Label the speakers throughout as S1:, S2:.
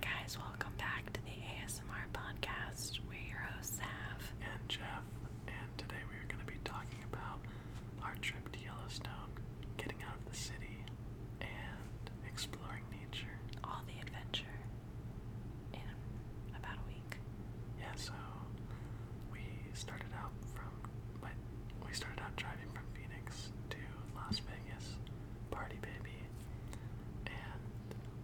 S1: guys, welcome back to the ASMR podcast. We're your hosts, Sav.
S2: and Jeff, and today we are going to be talking about our trip to Yellowstone, getting out of the city, and exploring nature.
S1: All the adventure in about a week.
S2: Yeah, so we started out from my, we started out driving from Phoenix to Las Vegas, party baby, and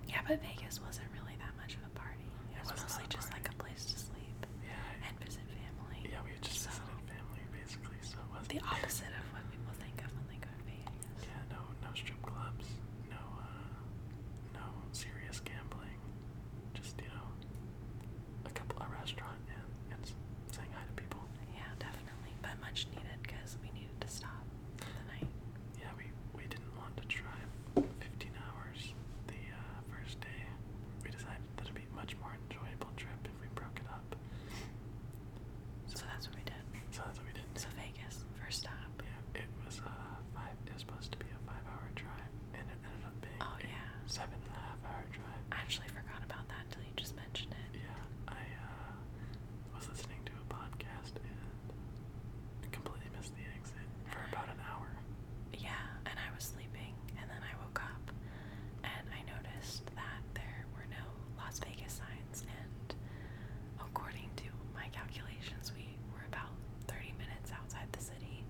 S1: Yeah, but Vegas wasn't really that much of a party. It
S2: It
S1: was,
S2: was not
S1: mostly
S2: a
S1: just like
S2: party.
S1: a place to sleep
S2: yeah,
S1: and visit family.
S2: yeah, we had
S1: so,
S2: just visited family basically, so it wasn't
S1: The opposite of what people think of when they go to Vegas.
S2: Yeah, no, no strip clubs, no, uh, no serious gambling. Just you know, a couple, a restaurant, and and s- saying hi to people.
S1: Yeah, definitely. But much needed because we needed to stop for the night.
S2: Yeah, we we didn't want to drive 15 hours the uh, first day. We decided that it'd be a much more enjoyable trip if we broke it up.
S1: So that's what we did.
S2: So that's what we did.
S1: So Vegas, first stop.
S2: Yeah, it was uh five. It was supposed to be a five-hour drive, and it ended up being
S1: Oh,
S2: a
S1: yeah.
S2: seven and a half hour drive.
S1: I actually forgot about that until you just mentioned it.
S2: Yeah, I uh, was listening to a podcast and completely missed the exit for about an hour.
S1: Yeah, and I was sleeping, and then I woke up, and I noticed that there were no Las Vegas signs, and according to my calculations, we were about 30 minutes outside the city.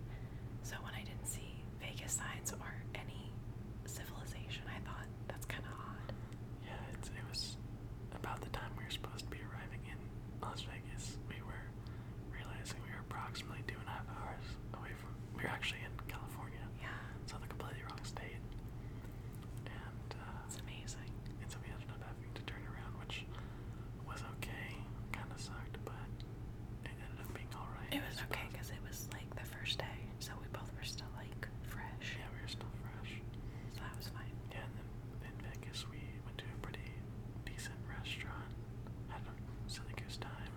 S1: So when I didn't see Vegas signs or any civilization, I thought that's kind of odd.
S2: Yeah, it's, it was about the time we were supposed to be arriving in Las Vegas. We were realizing we were approximately two and a half hours away from. We were actually in California,
S1: Yeah,
S2: so the completely wrong state. And uh,
S1: it's amazing.
S2: and so we ended up having to turn around, which was okay. Kind of sucked, but it ended up being all right.
S1: It
S2: I
S1: was okay
S2: suppose.
S1: because it was like the first day, so we both were still like fresh.
S2: Yeah, we were still fresh.
S1: So that was fine.
S2: Yeah, and then in Vegas we went to a pretty decent restaurant, had a silly goose time,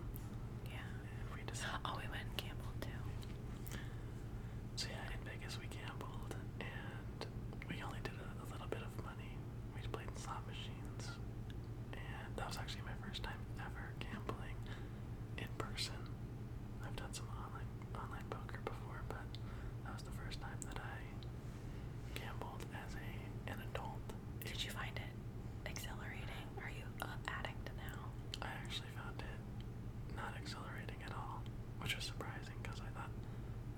S1: Yeah.
S2: and we decided.
S1: Oh, we went and gambled too.
S2: So yeah, in Vegas we gambled, and we only did a, a little bit of money. We played slot machines, and that was actually my first time ever gambling in person. I've done some online online poker before, but that was the first time that I gambled as a an adult.
S1: Did you find it exhilarating? Are you an addict now?
S2: I actually found it not exhilarating at all, which was surprising because I thought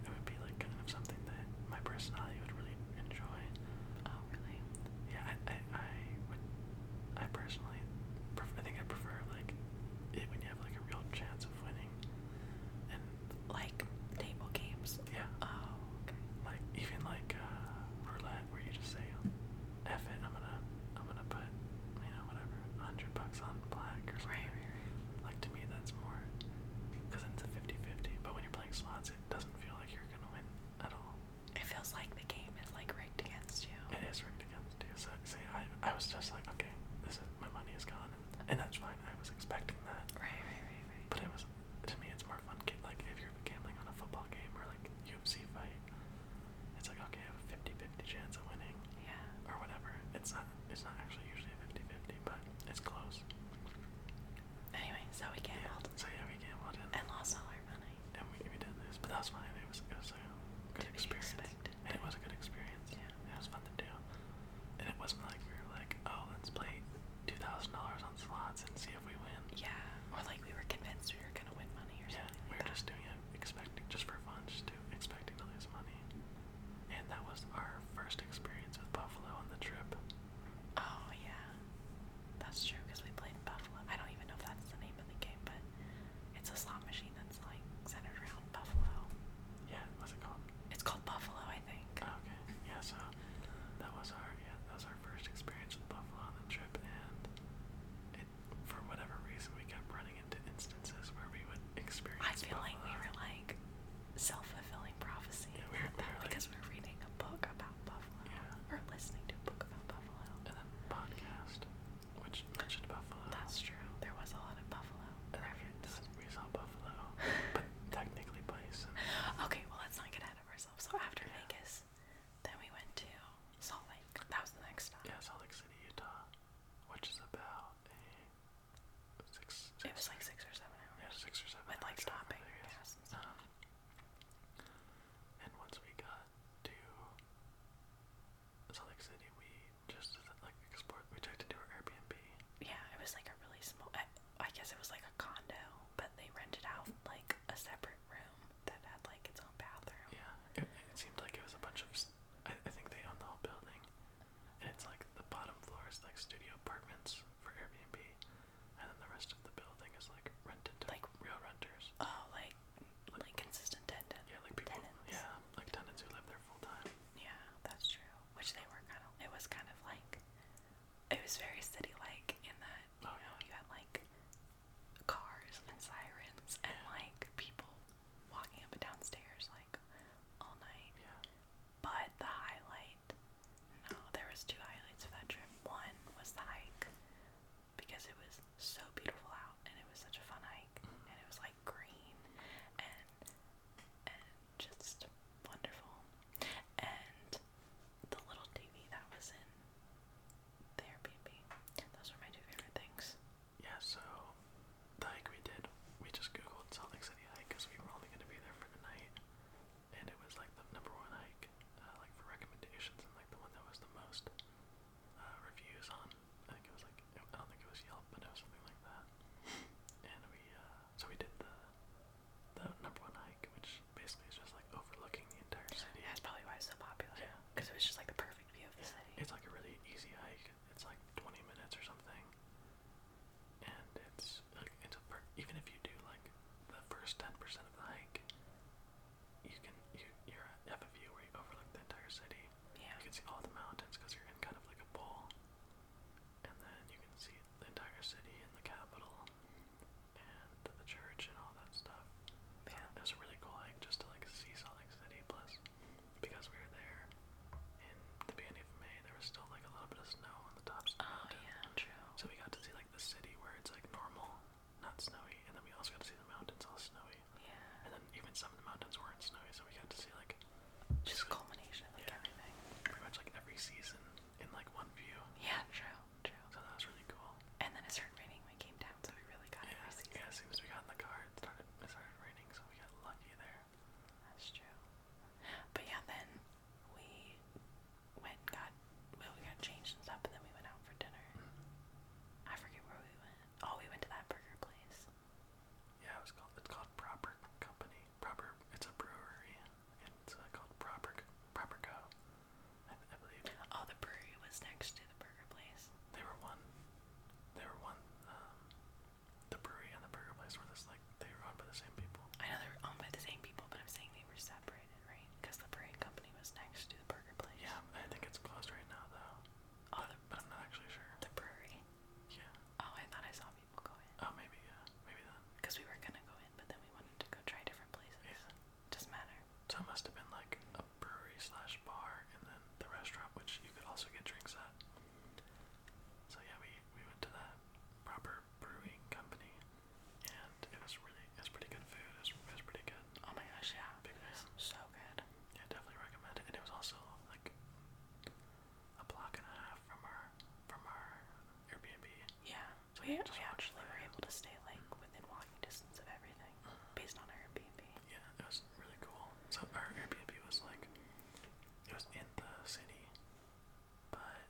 S2: it would be like kind of something that my personality would really enjoy.
S1: Oh, really?
S2: Yeah, I, I, I would, I personally, pref- I think I prefer like it when you have like a real chance of winning, and
S1: Like table games?
S2: yeah,
S1: Oh, okay.
S2: like even like uh, roulette where you just say, "Oh, "F it, I'm gonna, I'm gonna put, you know, whatever, hundred bucks on black or something."
S1: Right, right, right.
S2: Like to me, that's more because it's a 50-50, But when you're playing slots, it doesn't feel like you're gonna win at all.
S1: It feels like the game is like rigged against you.
S2: It is rigged against you. So see, I, I was just like, okay, this is my money is gone, and, and that's fine. I was expecting that,
S1: Right, right, right, right.
S2: but it was to me, it's more fun. Get, like if you're gambling on a football game or like UFC fight, it's like okay, I have a 50-50 chance of winning
S1: Yeah.
S2: or whatever. It's not. It's not actually usually a 50-50, but it's close.
S1: Anyway, so we
S2: Yeah.
S1: gambled
S2: So yeah, we gambled and.
S1: and lost all our money.
S2: and we, we did this, but that was fine. It was it was a
S1: To
S2: good
S1: be
S2: experience,
S1: expected.
S2: and it was a good experience.
S1: Yeah.
S2: it was fun to do, and it wasn't like we were like, oh, let's play two thousand dollars on slots and see if we win.
S1: Yeah. Or like we were convinced we were gonna win money or
S2: Yeah,
S1: something.
S2: we
S1: like
S2: were
S1: that.
S2: just doing it expecting just for fun, just to expecting to lose money, and that was our first experience with Buffalo on the trip.
S1: Oh yeah, that's true. Cause we played in Buffalo. I don't even know if that's the name of the game, but it's a slot machine that's like centered around Buffalo.
S2: Yeah, what's it called?
S1: It's called Buffalo, I think.
S2: Okay. Yeah, so that was our yeah, that was our first experience with Buffalo on the trip and it for whatever reason we kept um,
S1: It was like six or seven
S2: Yeah,
S1: hours.
S2: six or seven.
S1: With like
S2: hours, I don't
S1: stopping.
S2: remember, I guess.
S1: Yes, and stuff.
S2: Um, and once we got to Salt Lake City, we just like explored. We checked into our Airbnb.
S1: Yeah, it was like a really small. I, I guess it was like a condo, but they rented out like a separate room that had like its own bathroom.
S2: Yeah, it, it seemed like it was a bunch of. s- I, I think they own the whole building, and it's like the bottom floor is like studio apartments for Airbnb, and then the rest of the building is like rented to
S1: Like-
S2: real renters.
S1: Oh, like like consistent tenant.
S2: Yeah, like
S1: Oh,
S2: people.
S1: tenants.
S2: Yeah, like tenants who live there full time.
S1: Yeah, that's true. Which they were kind of. It was kind of like. It was very city-like in that you
S2: Oh,
S1: know
S2: yeah.
S1: you had like cars and sirens and like people walking up and down stairs like all night.
S2: Yeah.
S1: But the highlight, no, there was two highlights of that trip. One was the hike because it was so beautiful out and it was such a fun hike and it was like green and and just wonderful. And the little TV that was in the Airbnb. Those were my two favorite things.
S2: Yeah, so the hike we did, we just googled Salt Lake City hike because we were only going to be there for the night, and it was like the number one hike, uh, like for recommendations, and like the one that was the most uh, reviews on. I think it was like I don't think it was Yelp, but it was something like that. And we uh, so we did the the number one hike, which basically is just like overlooking the entire city.
S1: Yeah, that's probably why it's so popular.
S2: Yeah.
S1: Because it was just like the perfect view of the city.
S2: It's like a really easy hike. It's like 20 minutes or something. And it's like it's a per- even if you do like the first 10% of the hike, you can you you're at- have a view where you overlook the entire city.
S1: yeah.
S2: You can see all the mountains because you're in kind of like a bowl. And then you can see the entire city and the capital and the church and all that stuff. So
S1: Yeah.
S2: It was a really cool hike just to like see Salt Lake City. Plus, because we were there in the beginning of May, there was still like a little bit of snow on the tops of the
S1: Oh
S2: mountains.
S1: yeah, true.
S2: So we got to see like the city where it's like normal, not snowy, and then we also got to see the mountains all snowy.
S1: Yeah.
S2: And then even some of the mountains weren't snowy, so we got to see like
S1: Just a culmination of like
S2: Yeah.
S1: everything.
S2: pretty much like every season in like one view.
S1: Yeah, true, true.
S2: So that was really cool.
S1: And then it started raining when we came down, so we really got
S2: Yeah,
S1: every
S2: as-
S1: season.
S2: yeah, as soon as we got in the car, it started it started raining, so we got lucky there.
S1: That's true. But yeah, then we went and got well, we got changed and stuff, and then we went out for dinner. I forget where we went. Oh, we went to that burger place.
S2: Yeah, it was called. It's called Proper Company. Proper. It's a brewery. and It's uh, called Proper C- Proper Co. I, I believe
S1: Oh, the brewery was next to the burger place.
S2: they were one. They were one. Um, the brewery and the burger place were this like they were owned by the same people.
S1: I know they were owned by the same people, but I'm saying they were separated, right? Because the brewery company was next to the burger place.
S2: Yeah, I think it's closed right now though.
S1: Oh,
S2: But, but I'm not actually sure.
S1: the, the brewery.
S2: Yeah.
S1: Oh, I thought I saw people go in.
S2: Oh, maybe. Yeah. Maybe then.
S1: Because we were gonna go in, but then we wanted to go try different places.
S2: Yeah.
S1: Doesn't matter.
S2: So it must have been like a brewery slash bar, and then the restaurant, which you could also get drinks at. So yeah, we, we went to that proper brewing company, and it was really it was pretty good food. It was, it was pretty good.
S1: Oh my gosh, yeah.
S2: Big fan.
S1: So good.
S2: Yeah, definitely recommend it. And it was also like a block and a half from our from our Airbnb.
S1: Yeah.
S2: So
S1: We, we
S2: we just walked
S1: actually were
S2: there.
S1: able to stay like within walking distance of everything
S2: Mm-hmm.
S1: based on Airbnb.
S2: Yeah, it was really cool. So our Airbnb was like it was in the city, but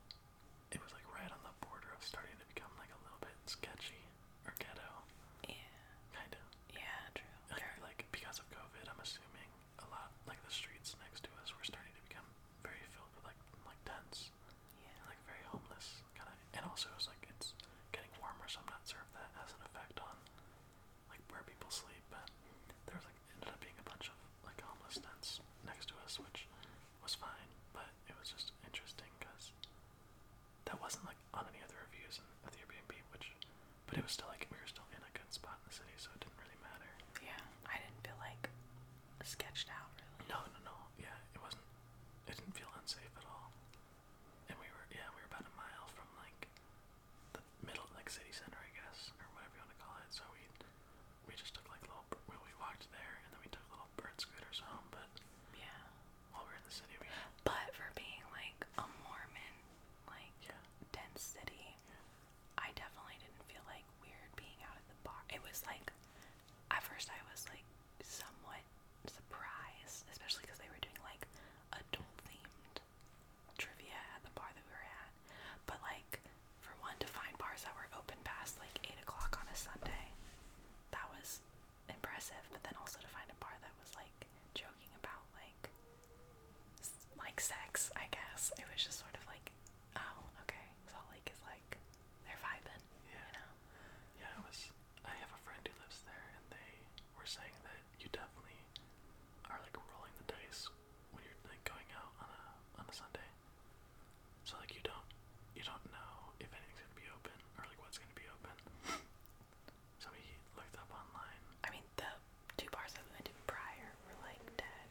S2: it was like right on the border of starting to become like a little bit sketchy or ghetto,
S1: Yeah.
S2: kind of.
S1: Yeah, true.
S2: Like,
S1: There-
S2: like because of COVID, I'm assuming a lot like the streets next to us were starting to become very filled with like like tents and
S1: yeah.
S2: like very homeless kind of. And also it's like it's getting warmer, so I'm not sure if that has an effect on like where people sleep. But there was like ended up being a bunch of like homeless tents next to us, which was fine, but it was just interesting because that wasn't like on any other reviews in, at the Airbnb, which. But it was still like we were still in a good spot in the city, so it didn't really matter.
S1: Yeah. I didn't feel like sketched out really.
S2: No, no, no. Yeah, it wasn't. It didn't feel unsafe at all. And we were, yeah, we were about a mile from like the middle, like city center, I guess, or whatever you want to call it. So we we just took like little. bir- Well, we walked there, and then we took little bird scooters home. But
S1: Yeah.
S2: while we were in the city, we
S1: But for being like a Mormon, like
S2: yeah,
S1: dense city,
S2: yeah,
S1: I definitely didn't feel like weird Vegas, it was just sort of like, oh, okay, Salt Lake is like they're vibing, you
S2: Yeah.
S1: know.
S2: Yeah, it was. I have a friend who lives there, and they were saying that you definitely are like rolling the dice when you're like going out on a on a Sunday. So like you don't you don't know if anything's gonna be open or like what's gonna be open. so we looked up online.
S1: I mean, the two bars that we went to prior were like dead,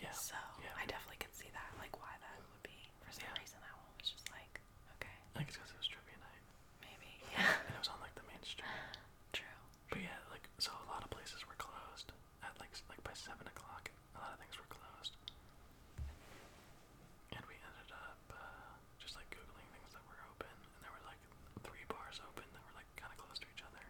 S2: Yeah.
S1: so
S2: yeah.
S1: I definitely could see that, like why that would be. For some
S2: Yeah.
S1: reason, that one was just like, okay,
S2: I think it's because it was trivia night.
S1: maybe, yeah,
S2: And it was on like the main street.
S1: true.
S2: But yeah, like so a lot of places were closed at like s- like by seven o'clock. A lot of things were closed, and we ended up uh, just like googling things that were open, and there were like three bars open that were like kind of close to each other.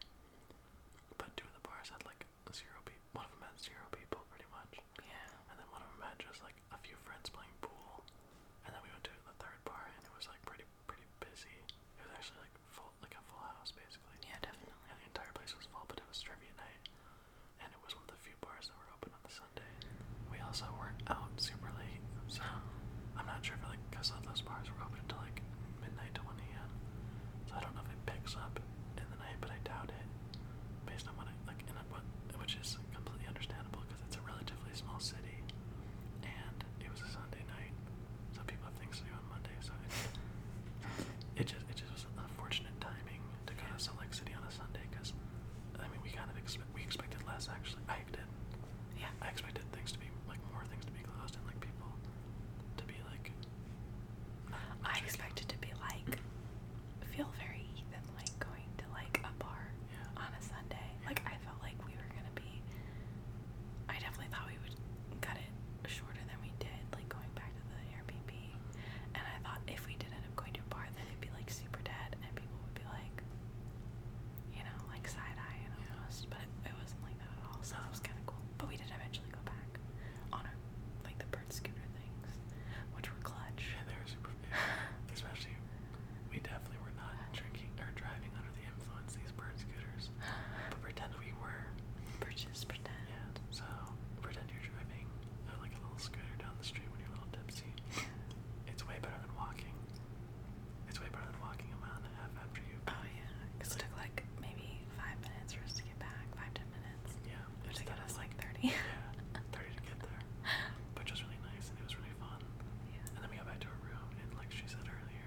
S2: But two of the bars had like zero people. One of them had zero people, pretty much,
S1: Yeah,
S2: and then one of them had just like a few friends playing pool. And then we went to the third bar, and it was like pretty pretty busy. It was actually like full like a full house basically.
S1: yeah, definitely.
S2: And the entire place was full, but it was trivia night. And it was one of the few bars that were open on the Sunday. We also were out super late, so I'm not sure if like because of those bars were open until like midnight to 1 a.m. So I don't know if it picks up in the night, but I doubt it. Based on what I like, in a, what, which is completely understandable because it's a relatively small city, and it was a Sunday night, so people have things to do on Monday. So it, it just it just was unfortunate timing to go to Salt Lake City on a Sunday because, I mean, we kind of expect we expected less actually. I did.
S1: Yeah,
S2: I expected things to be like more things to be closed and like people to be like. not- not
S1: I
S2: drinking.
S1: expect it to be like feel very even like going to like a bar
S2: Yeah.
S1: on a Sunday. Like I felt like we were gonna be I definitely thought we would cut it shorter than we did, like going back to the Airbnb. And I thought if we did end up going to a bar then it'd be like super dead and people would be like you know, like side eyeing
S2: Yeah.
S1: almost. But it, it wasn't like that at all, so that was kinda cool. But we did eventually go back on our like the bird scooter things, which were clutch.
S2: Yeah, they were super. Yeah. Especially, we definitely were not drinking or driving under the influence of these bird scooters. But pretend we were.
S1: Purchase pretend.
S2: Yeah. So pretend you're driving uh, like a little scooter down the street when you're a little tipsy. It's way better than walking. It's way better than walking a mile and a half after you.
S1: Oh yeah, 'cause it took like maybe five minutes for us to get back, five ten minutes.
S2: Yeah.
S1: Which I
S2: instead
S1: got
S2: of,
S1: us like thirty.
S2: Yeah, 30 to get there. Which was really nice and it was really fun. And
S1: yeah.
S2: then we got back to our room and like she said earlier,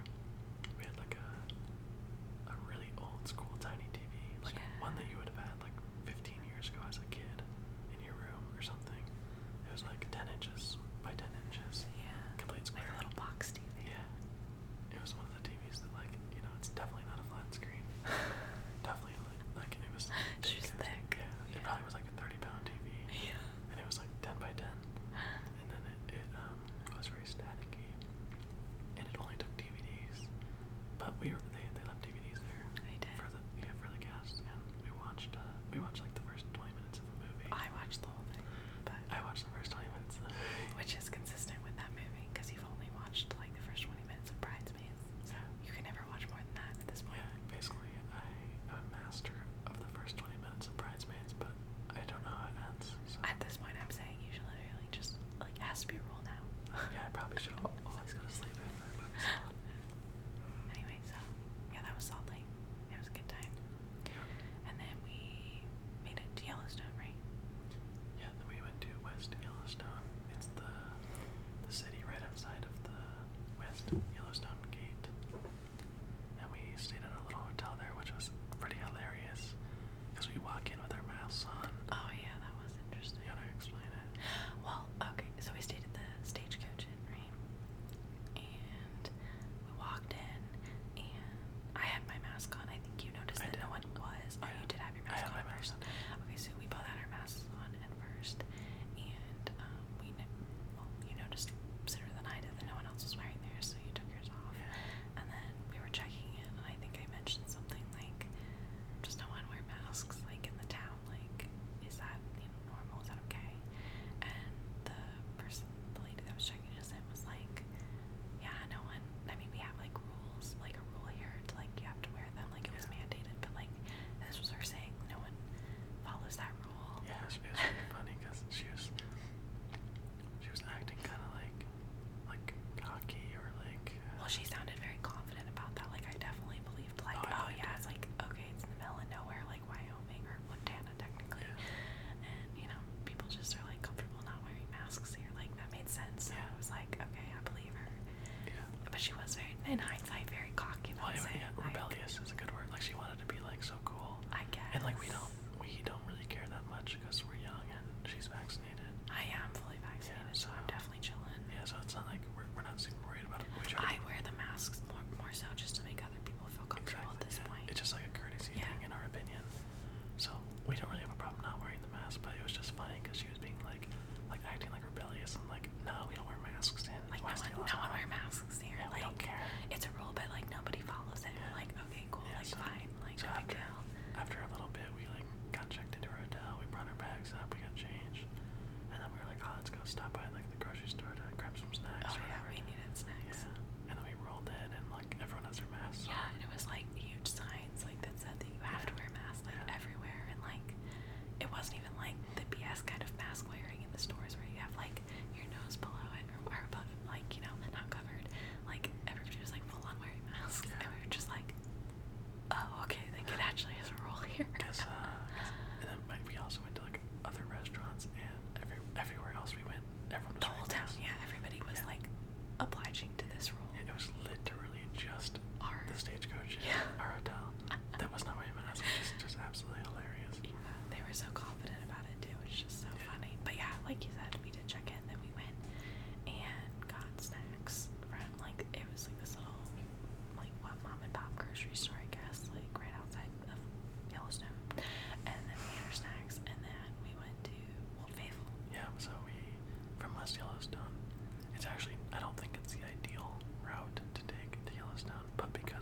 S2: we had like a a really old school tiny TV, like
S1: Yeah.
S2: one that you would have had like 15 years ago as a kid in your room or something. It was like 10 inches by 10 inches.
S1: Yeah.
S2: Complete
S1: Like
S2: square.
S1: a little box TV.
S2: Yeah. It was one of the TVs that like, you know, it's definitely not a flat screen. definitely like, like it was
S1: She was
S2: thick as-
S1: thick.
S2: Yeah. It
S1: Yeah.
S2: probably was like a 30 pound TV.
S1: Yeah.
S2: um, uh,
S1: Oh, Oh, um, oh,
S2: uh,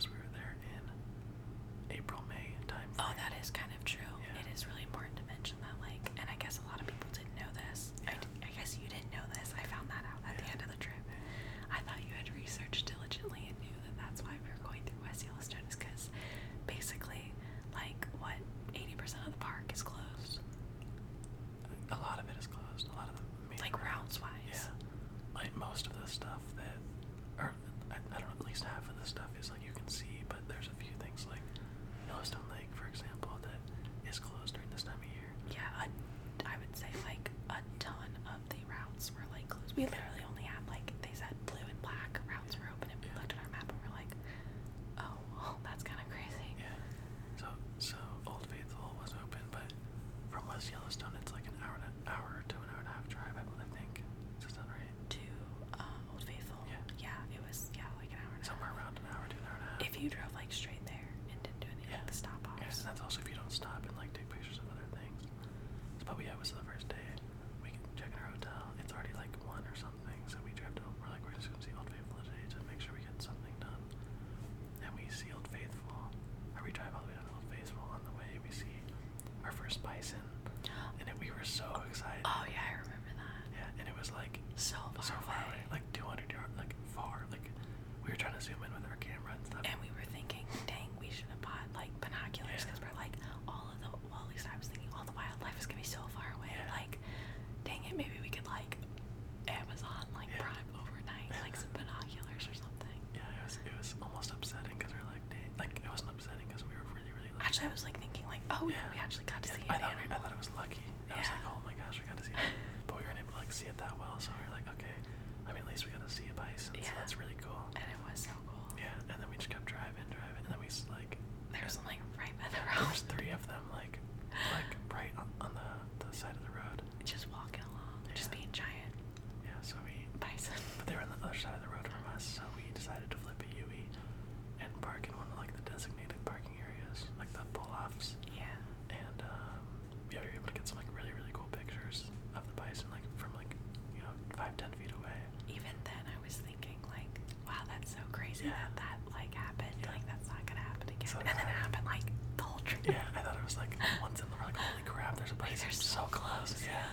S1: Oh, "Oh, Oh, um,
S2: "Oh, uh, and stop and like take pictures of other things. But yeah, it was the first day. We can check in our hotel. It's already like one or something, so we drive to. We're like, we're just gonna see Old Faithful today to make sure we get something done. And we see Old Faithful, or we drive all the way down to Old Faithful. On the way, we see our first bison, and it, we were so excited.
S1: Oh yeah, I remember that.
S2: Yeah, and it was like
S1: So far,
S2: so far away,
S1: away.
S2: like 200 yards, like far. Like we were trying to zoom in with our camera and stuff.
S1: And we were thinking, dang, we should have bought like binoculars
S2: Yeah.
S1: because we're like all of the. Well, at least I was thinking all the wildlife is gonna be so far away.
S2: Yeah.
S1: Like, dang it, maybe we could like Amazon like
S2: Yeah.
S1: Prime overnight like some binoculars or something.
S2: yeah, it was it was almost upsetting because we were like, dang, like it wasn't upsetting because we were really really lucky.
S1: Actually, I was like thinking like, oh,
S2: Yeah.
S1: we actually got to
S2: Yeah,
S1: see
S2: I
S1: an
S2: thought, we, I
S1: animal.
S2: thought it was lucky. I was like,
S1: Yeah.
S2: oh my gosh, we got to see it. But we weren't able to like see it that well, so we were like, okay, I mean, at least we got to see a bison, so
S1: Yeah.
S2: that's really cool.
S1: And it was so cool.
S2: Yeah, and then we just kept driving, driving, and then we s- like,
S1: There was one like right by the
S2: there
S1: road.
S2: was three of them like, like right on, on the, the side of the road.
S1: Just walking along, just
S2: Yeah.
S1: being giant
S2: Yeah, so we,
S1: bison.
S2: but they were on the other side of the road from us, so we decided to flip a UE and park in one of like the designated parking areas, like the pull-offs.
S1: Yeah.
S2: and um, yeah, we were able to get some like really really cool pictures of the bison like from like you know five ten feet away.
S1: Even then, I was thinking like, wow, that's so crazy
S2: Yeah.
S1: that that like happened.
S2: Yeah.
S1: Like that's not gonna happen again.
S2: So
S1: and then it
S2: that-
S1: happened like the whole trip.
S2: Yeah, I thought it was like once in the like holy crap, there's a
S1: Like,
S2: bison
S1: they're so
S2: so close.
S1: close,
S2: Yeah,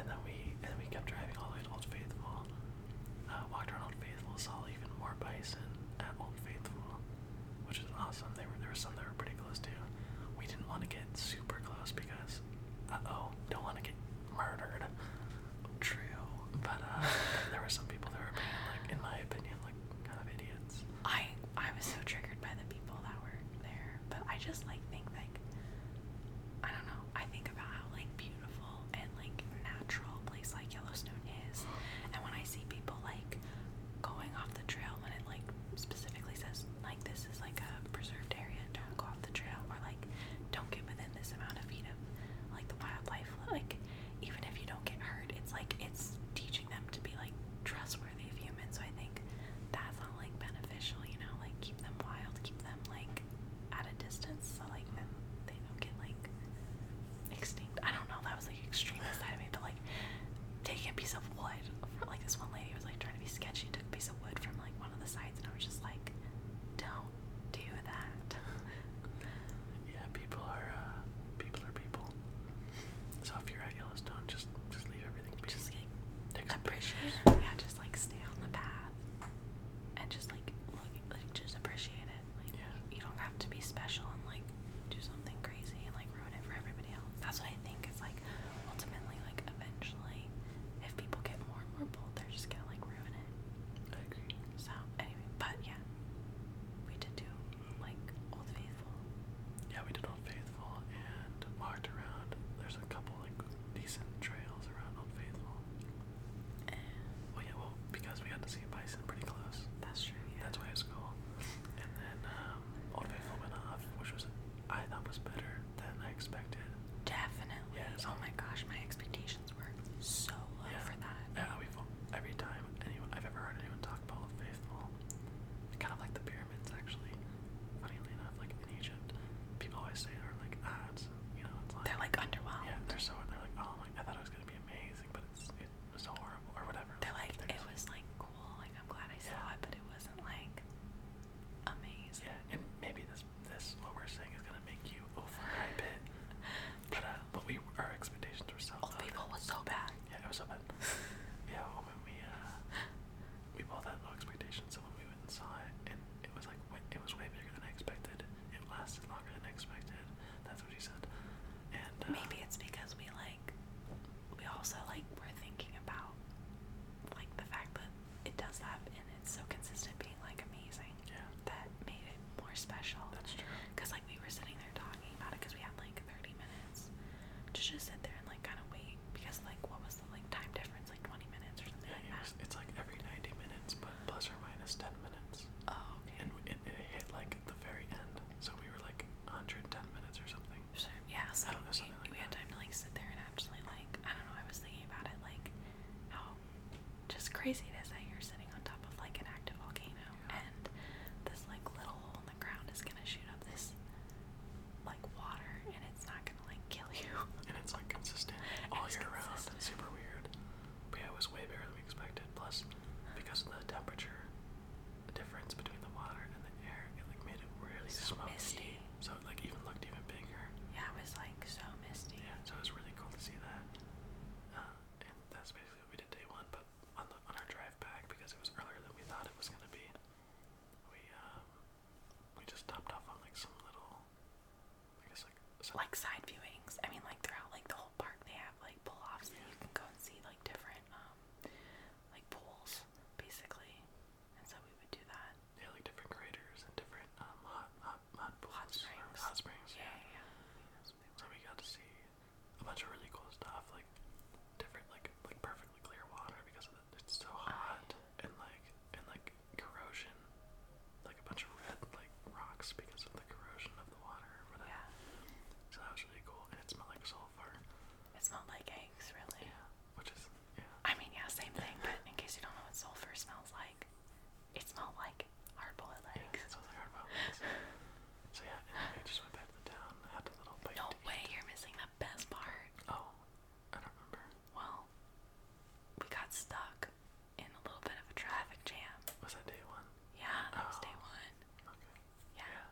S2: and then we and then we kept driving all the way to Old Faithful. Uh, walked around Old Faithful, saw even more bison at Old Faithful, which is awesome. They were there were some that were pretty close too. We didn't want to get super close because uh oh, don't want to get murdered. True, but uh, there were some people that were being, like, in my opinion, like kind of idiots.
S1: I I was so triggered by the people that were there, but I just like think like I don't know. I think about how like beautiful and like natural a place like Yellowstone is, and when I see people like going off the trail when it like specifically says like this is like a preserved area, don't go off the trail or like don't get within this amount of feet of like the wildlife. Like even if you don't get hurt, it's like it's teaching them to be like trustworthy of humans. So I think that's not like beneficial, you know, like keep them wild, keep them like at a distance so like then they don't get like extinct. I don't know, that was like extreme side of me, but like taking a piece of wood for like this one lady was like trying to be sketchy, took a piece of wood from like one of the sides and I was just like, Don't do that.
S2: Yeah, people are uh, people are people. So if you're at Yellowstone, just just leave everything be.
S1: Just like
S2: Take some
S1: appreciate
S2: pictures.
S1: it. Yeah, just like stay on the path and just like look like just appreciate it. Like
S2: Yeah.
S1: you don't have to be special and like do something crazy and like ruin it for everybody else. That's what I think is like ultimately like eventually if people get more and more bold they're just gonna like ruin it.
S2: I agree.
S1: So anyway, but yeah. We did do like old faithful.
S2: Yeah, we did Old Faithful and walked around. There's a couple like decent trails around Old Faithful.
S1: And
S2: Well, yeah, well because we got to see a bison pretty close.
S1: that's true, yeah.
S2: That's why it was cool. And then um, Old Faithful went off, which was I thought was better than I expected.
S1: Definitely.
S2: Yeah, so-
S1: oh my gosh, my expectations were so low
S2: Yeah.
S1: for that.
S2: Yeah, we've every time anyone I've ever heard anyone talk about Old Faithful, kind of like the pyramids actually. Funnily enough, like in Egypt, people always say they're like, ah, it's you know, it's like
S1: They're like underwhelmed.
S2: yeah, they're so they're like, oh my, I thought it was gonna be amazing, but it's it was so horrible or whatever.
S1: They're like,
S2: they're
S1: it
S2: just-
S1: was like cool. Like I'm glad I saw
S2: Yeah.
S1: it, but it wasn't like amazing.
S2: Yeah, and maybe this this what we're saying is gonna make you overhype it, but uh, but we our expectations were so
S1: Old
S2: low.
S1: people was so bad.
S2: Yeah, it was so bad. yeah, well, when we uh, we both had low expectations, so when we went and saw it, and it was like way, it was way bigger than I expected. It lasted longer than I expected. That's what she said. And uh,
S1: Maybe it's because we like we also like were thinking about like the fact that it does that and it's so consistent being like amazing
S2: yeah,
S1: that made it more special.
S2: that's true.
S1: Because like we were sitting there talking about it because we had like 30 minutes to just sit there and like kind of wait because like what was the like time difference like 20 minutes or something
S2: Yeah,
S1: like
S2: it was,
S1: that.
S2: it's like every ninety minutes, but plus or minus ten minutes,
S1: Oh okay.
S2: and it, it hit like the very end, so we were like 110 minutes or something.
S1: Sure. Yeah, so
S2: I don't know,
S1: we,
S2: something like
S1: we had
S2: that.
S1: time to like sit there and actually like I don't know, I was thinking about it like how just crazy it is that you're sitting on top of like an active volcano
S2: Yeah.
S1: and this like little hole in the ground is gonna shoot up this like water and
S2: Uh, um, So
S1: like side viewings. I mean, like throughout like the whole park, they have like pull offs that you can go and see like different um like pools basically. And so we would do that.
S2: yeah, like different craters and different um, hot hot hot pools,
S1: Hot
S2: or
S1: springs.
S2: Hot springs.
S1: Yeah,
S2: Yeah.
S1: yeah. That's what
S2: So
S1: they
S2: we got to see a bunch of really cool stuff, like different, like like perfectly clear water because of the, it's so hot and like and like corrosion, like a bunch of red like rocks because of the corrosion of the water.
S1: were.
S2: Or whatever.
S1: Yeah.
S2: So that was really cool, and it smelled like sulfur.
S1: It smelled like eggs, really.
S2: Yeah, which is yeah.
S1: I mean, yeah, same thing, but in case you don't know what sulfur smells like, it smelled like hard boiled eggs.
S2: Yeah, so it's hard about this. So yeah, and then we just went back to town. Had a little bite.
S1: No
S2: to eat.
S1: way, you're missing the best part.
S2: Oh, I don't remember.
S1: Well, we got stuck in a little bit of a traffic jam.
S2: Was that day one?
S1: Yeah, that was day
S2: Oh.
S1: one.
S2: Okay.
S1: Yeah.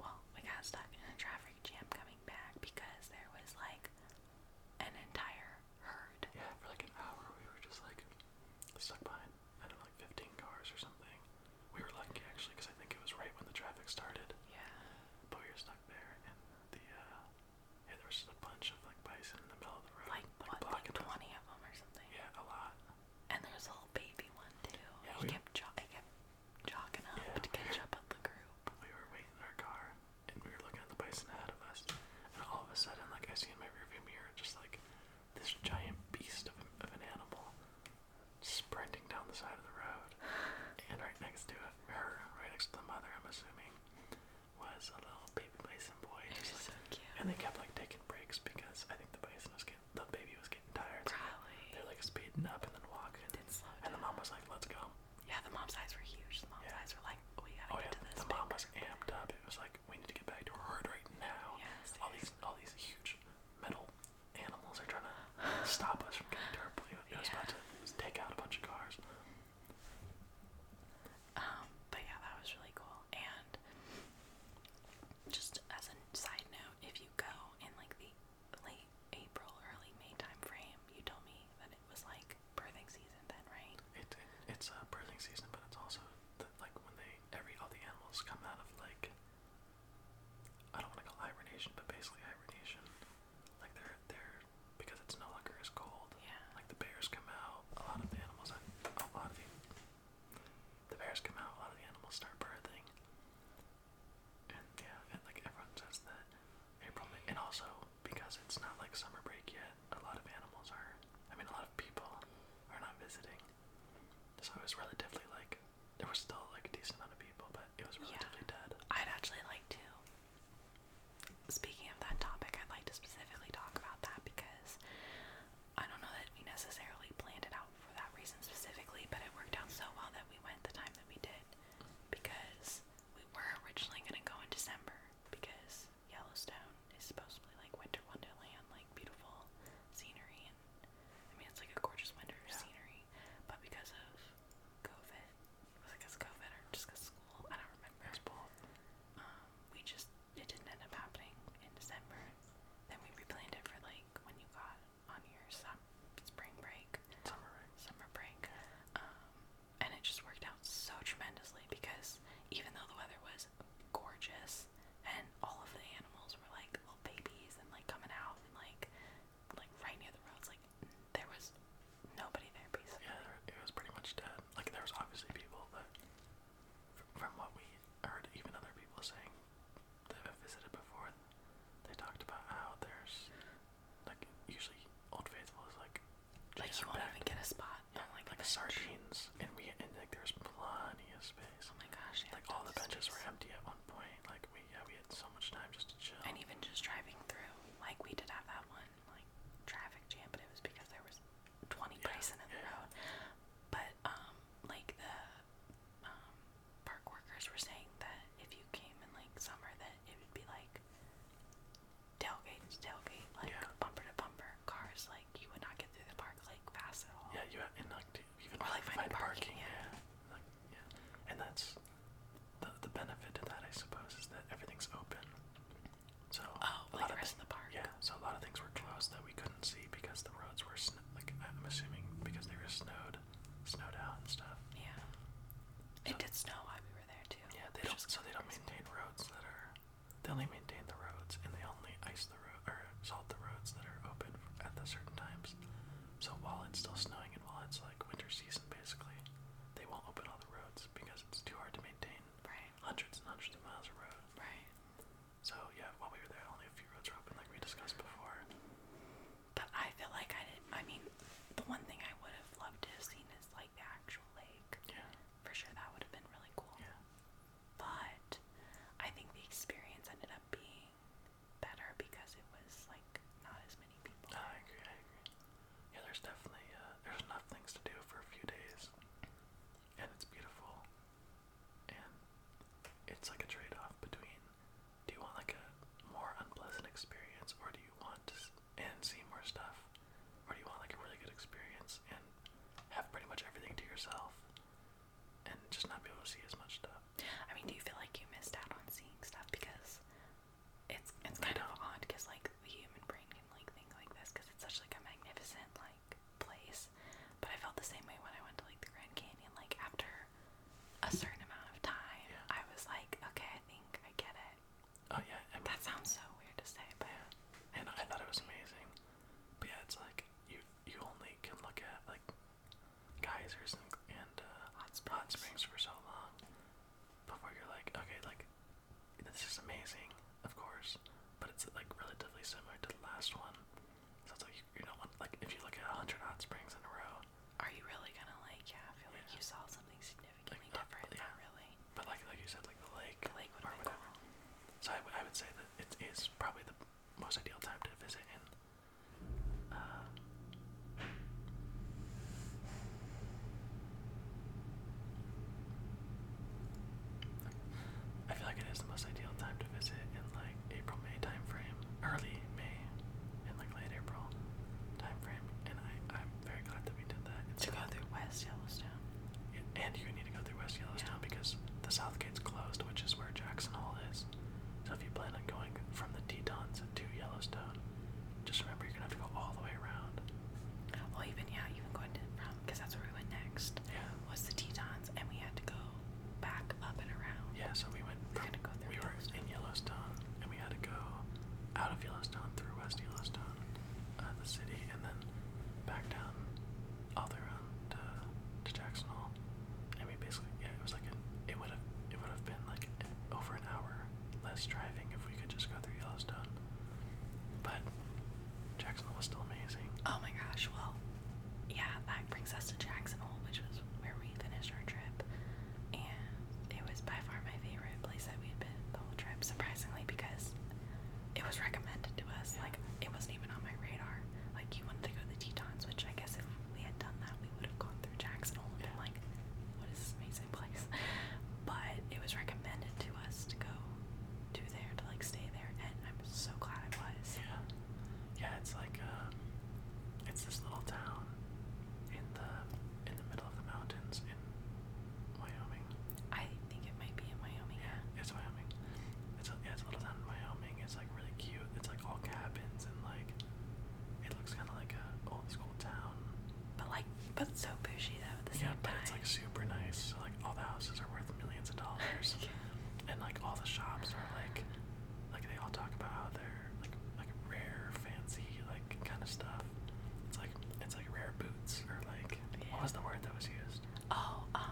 S1: Well, we got stuck in a traffic jam coming back because there was like an entire herd.
S2: Yeah, for like an hour we were just like stuck behind, I don't know, like 15 cars or something. We were lucky actually because I think it was right when the traffic started,
S1: Yeah.
S2: but we were stuck there and the, uh, yeah, there was just a bunch of like bison in the middle of the road.
S1: Like what, like
S2: blocking us.
S1: twenty of them or something.
S2: Yeah, a lot.
S1: And there was a little baby one too.
S2: Yeah,
S1: he
S2: we-
S1: kept jo- he kept jogging up
S2: Yeah,
S1: to
S2: we-
S1: catch up with the group.
S2: We were waiting in our car and we were looking at the bison ahead of us and all of a sudden like I see in my rearview mirror just like this giant beast of, a, of an animal sprinting down the side of the road. And right next to it, her, right next to the mother, I'm assuming, was a little baby bison boy.
S1: It was
S2: Just
S1: so
S2: like,
S1: cute.
S2: and they kept like taking breaks because I think the bison was getting, the baby was getting tired. So
S1: Probably.
S2: they're like speeding up and then walking.
S1: Didn't slow
S2: And the
S1: down.
S2: mom was like, "Let's go."
S1: Yeah, the mom's eyes were huge. The mom's
S2: Yeah.
S1: eyes were like, we
S2: Oh
S1: gotta
S2: yeah,
S1: get to this.
S2: the mom
S1: big
S2: was amped up. It was like, "We need to get back to our herd right now."
S1: Yeah,
S2: all these, all these huge metal animals are trying to stop us from getting to our plane. It was about to take out a bunch of cars.
S1: Um, but yeah, that was really cool. And just as a side note, if you go in like the late April, early May time frame, you told me that it was like birthing season then, right?
S2: It, it it's a birthing season, but it's also the, like when they every all the animals come out of like I don't want to call it hibernation, but basically hibernation. Like they're they're because it's no longer as cold.
S1: Yeah.
S2: Like the bears come out, a lot of the animals, a lot of the the bears come out, a lot of the animals start birthing. And yeah, and like everyone says that April, May, and also because it's not like summer break yet, a lot of animals are. I mean, a lot of people are not visiting. So it was relatively like there was still like a decent amount of people, but it was
S1: Yeah.
S2: relatively dead.
S1: I'd actually like to. Speaking of that topic, I'd like to specifically talk about that because I don't know that we necessarily planned it out for that reason specifically, but it worked out so well that we went the time that we did because we were originally going to go in December because Yellowstone is supposedly like winter wonderland, like beautiful scenery and I mean it's like a gorgeous winter
S2: Yeah.
S1: scenery, but because of COVID, was it because of COVID or just because school? I don't remember.
S2: It's both.
S1: Um, we just it didn't end up happening in December. Then we replanned it for like when you got on your sum- spring break,
S2: Summer, right?
S1: summer break, um, and it just worked out so tremendously because even though the weather was gorgeous and all of the animals were like little babies and like coming out and like like right near the roads, like there was nobody there basically.
S2: Yeah, there- it was pretty much dead. Like there was obviously people, but f- from what we heard, even other people saying that have visited before, they talked about how there's like usually Old Faithful is like
S1: Like
S2: just
S1: you won't
S2: packed.
S1: even get a spot
S2: yeah,
S1: on like,
S2: like
S1: a bench.
S2: sardines, and we and like there's plenty of space.
S1: Oh my gosh! yeah,
S2: Like all the
S1: tons of
S2: benches
S1: space.
S2: were empty at one point. Like we yeah we had so much time just to chill.
S1: And even just driving through, like we did have that one like traffic jam, but it was because there was 20
S2: Yeah,
S1: bison in the
S2: yeah.
S1: road. But um, like the um, park workers were saying that if you came in like summer, that it would be like tailgate to tailgate, like
S2: Yeah.
S1: bumper to bumper cars. Like you would not get through the park like fast at all.
S2: Yeah, you have, and like to even
S1: Or, like, finding parking, yeah.
S2: Yeah. Like, yeah, and that's the the benefit to that, I suppose, is that everything's open. So
S1: Oh,
S2: a
S1: like
S2: lot
S1: the
S2: of
S1: rest
S2: thi-
S1: of the park.
S2: Yeah, so a lot of things were closed that we couldn't see because the roads were sn- like I'm assuming because they were snowed, snowed out and stuff.
S1: Yeah.
S2: So-
S1: It did snow while we were there too.
S2: Yeah, they
S1: which
S2: don't.
S1: was
S2: So
S1: kinda
S2: they don't
S1: crazy.
S2: maintain roads that are. They only maintain the roads, and they only it's like winter season basically, they won't open all the roads because it's too hard to maintain
S1: Right.
S2: hundreds and hundreds of miles of road.
S1: Right.
S2: So yeah, while we were there, only a few roads were open, like we discussed before.
S1: But I feel like I didn't. I mean, the one thing I would have loved to have seen is like the actual lake.
S2: Yeah,
S1: For sure, that would have been really cool.
S2: yeah,
S1: But I think the experience ended up being better because it was like not as many people.
S2: no, I agree, I agree. Yeah, there's definitely uh, there's enough things to do for a few days, and it's beautiful, and it's like a trade-off between do you want like a more unpleasant experience, or do you want to s- and see more stuff, or do you want like a really good experience and have pretty much everything to yourself, and just not be able to see as much stuff.
S1: I mean, do you feel like you missed out on seeing stuff because it's it's kind of odd because like the human brain can like think like this because it's such like a magnificent like place. But I felt the same way when I went to like the Grand Canyon. Like after a certain amount of time,
S2: Yeah.
S1: I was like, okay, I think I get it.
S2: Oh yeah, I mean,
S1: That sounds so weird to say, but
S2: Yeah, and I thought it was amazing. But yeah, it's like you you only can look at like geysers and and uh,
S1: hot
S2: hot
S1: springs.
S2: springs for so long before you're like, okay, like this is amazing, of course, but it's like relatively similar to the last one. So it's like you, you don't want like if you look at a hundred hot springs in a row,
S1: Are you really gonna like? Yeah, I feel like
S2: Yeah.
S1: you saw something significantly
S2: not-
S1: different.
S2: yeah.
S1: Not really.
S2: but like like you said, like the lake,
S1: The lake would
S2: or
S1: have been
S2: whatever.
S1: cool.
S2: So I, w- I would say that it is probably the most ideal time to visit in. Uh, I feel like it is the most ideal time to visit in like April May timeframe, early May, and like late April timeframe. And I I'm very glad that we did that. It's
S1: To go
S2: not-
S1: through West Yellowstone.
S2: yeah, And you need to go through West Yellowstone
S1: Yeah.
S2: because the South Gate's closed, which is where Jackson Hole is. So if you plan on going from the Tetons to Yellowstone, just remember you're gonna have to go all the way around.
S1: Well, Oh, even yeah, even going to from because that's where we went next
S2: Yeah.
S1: was the Tetons, and we had to go back up and around.
S2: Yeah. So we went.
S1: We're
S2: From,
S1: gonna go through
S2: we were
S1: Yellowstone.
S2: in Yellowstone, and we had to go out of Yellowstone through West Yellowstone, uh, the city, and then back down all the way around to, to Jackson Hole. And we basically, yeah, it was like an, it would have it would have been like over an hour less driving if we could just go through Yellowstone. But Jackson Hole was still amazing.
S1: Oh my gosh. Well, yeah, that brings us to Jackson Hole, which was where we finished our trip, and it was by far my favorite place that we'd been the whole trip. Surprisingly, because it was recommended to us. Like it wasn't even on my radar. Like you wanted to go to the Tetons, which I guess if we had done that, we would have gone through Jackson Hole and been like, "What is this amazing place?" But it was recommended to us to go to there to like stay there, and I'm so glad I was.
S2: Yeah, yeah. It's like uh, it's this little town in the in the middle of the mountains in Wyoming.
S1: I think it might be in Wyoming.
S2: Yeah, it's Wyoming. It's a, yeah, it's a little town in Wyoming. It's like really cute. It's like
S1: Oh, um,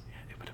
S2: Uh, uh, oh, uh,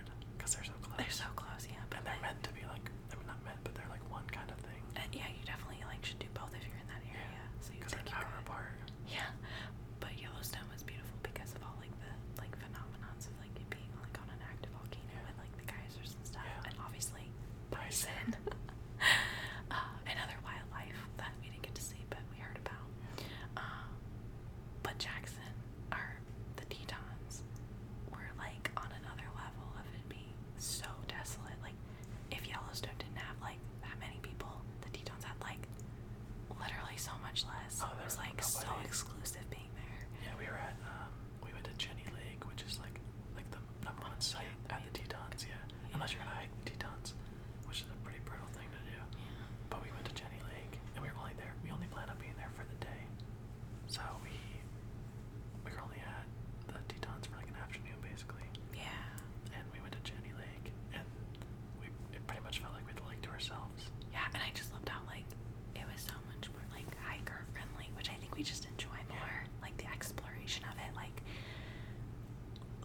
S1: Uh, Uh, Uh, so
S2: Oh,
S1: it
S2: there
S1: was
S2: was
S1: like so
S2: nobody.
S1: exclusive being there.
S2: Yeah, we were at um, we went to Jenny Lake, which is like like the number one site at the Tetons. Yeah, unless you're gonna hike the Tetons, which is a pretty brutal thing to do. But we went to Jenny Lake, and we were only there. We only planned on being there for the day, so we we were only at the Tetons for like an afternoon, basically.
S1: Yeah.
S2: And we went to Jenny Lake, and we it pretty much felt like we had the lake to ourselves.
S1: Yeah, and I just loved how like it was so much more like hiker friendly, which I think we just enjoy more. Like the exploration of it, like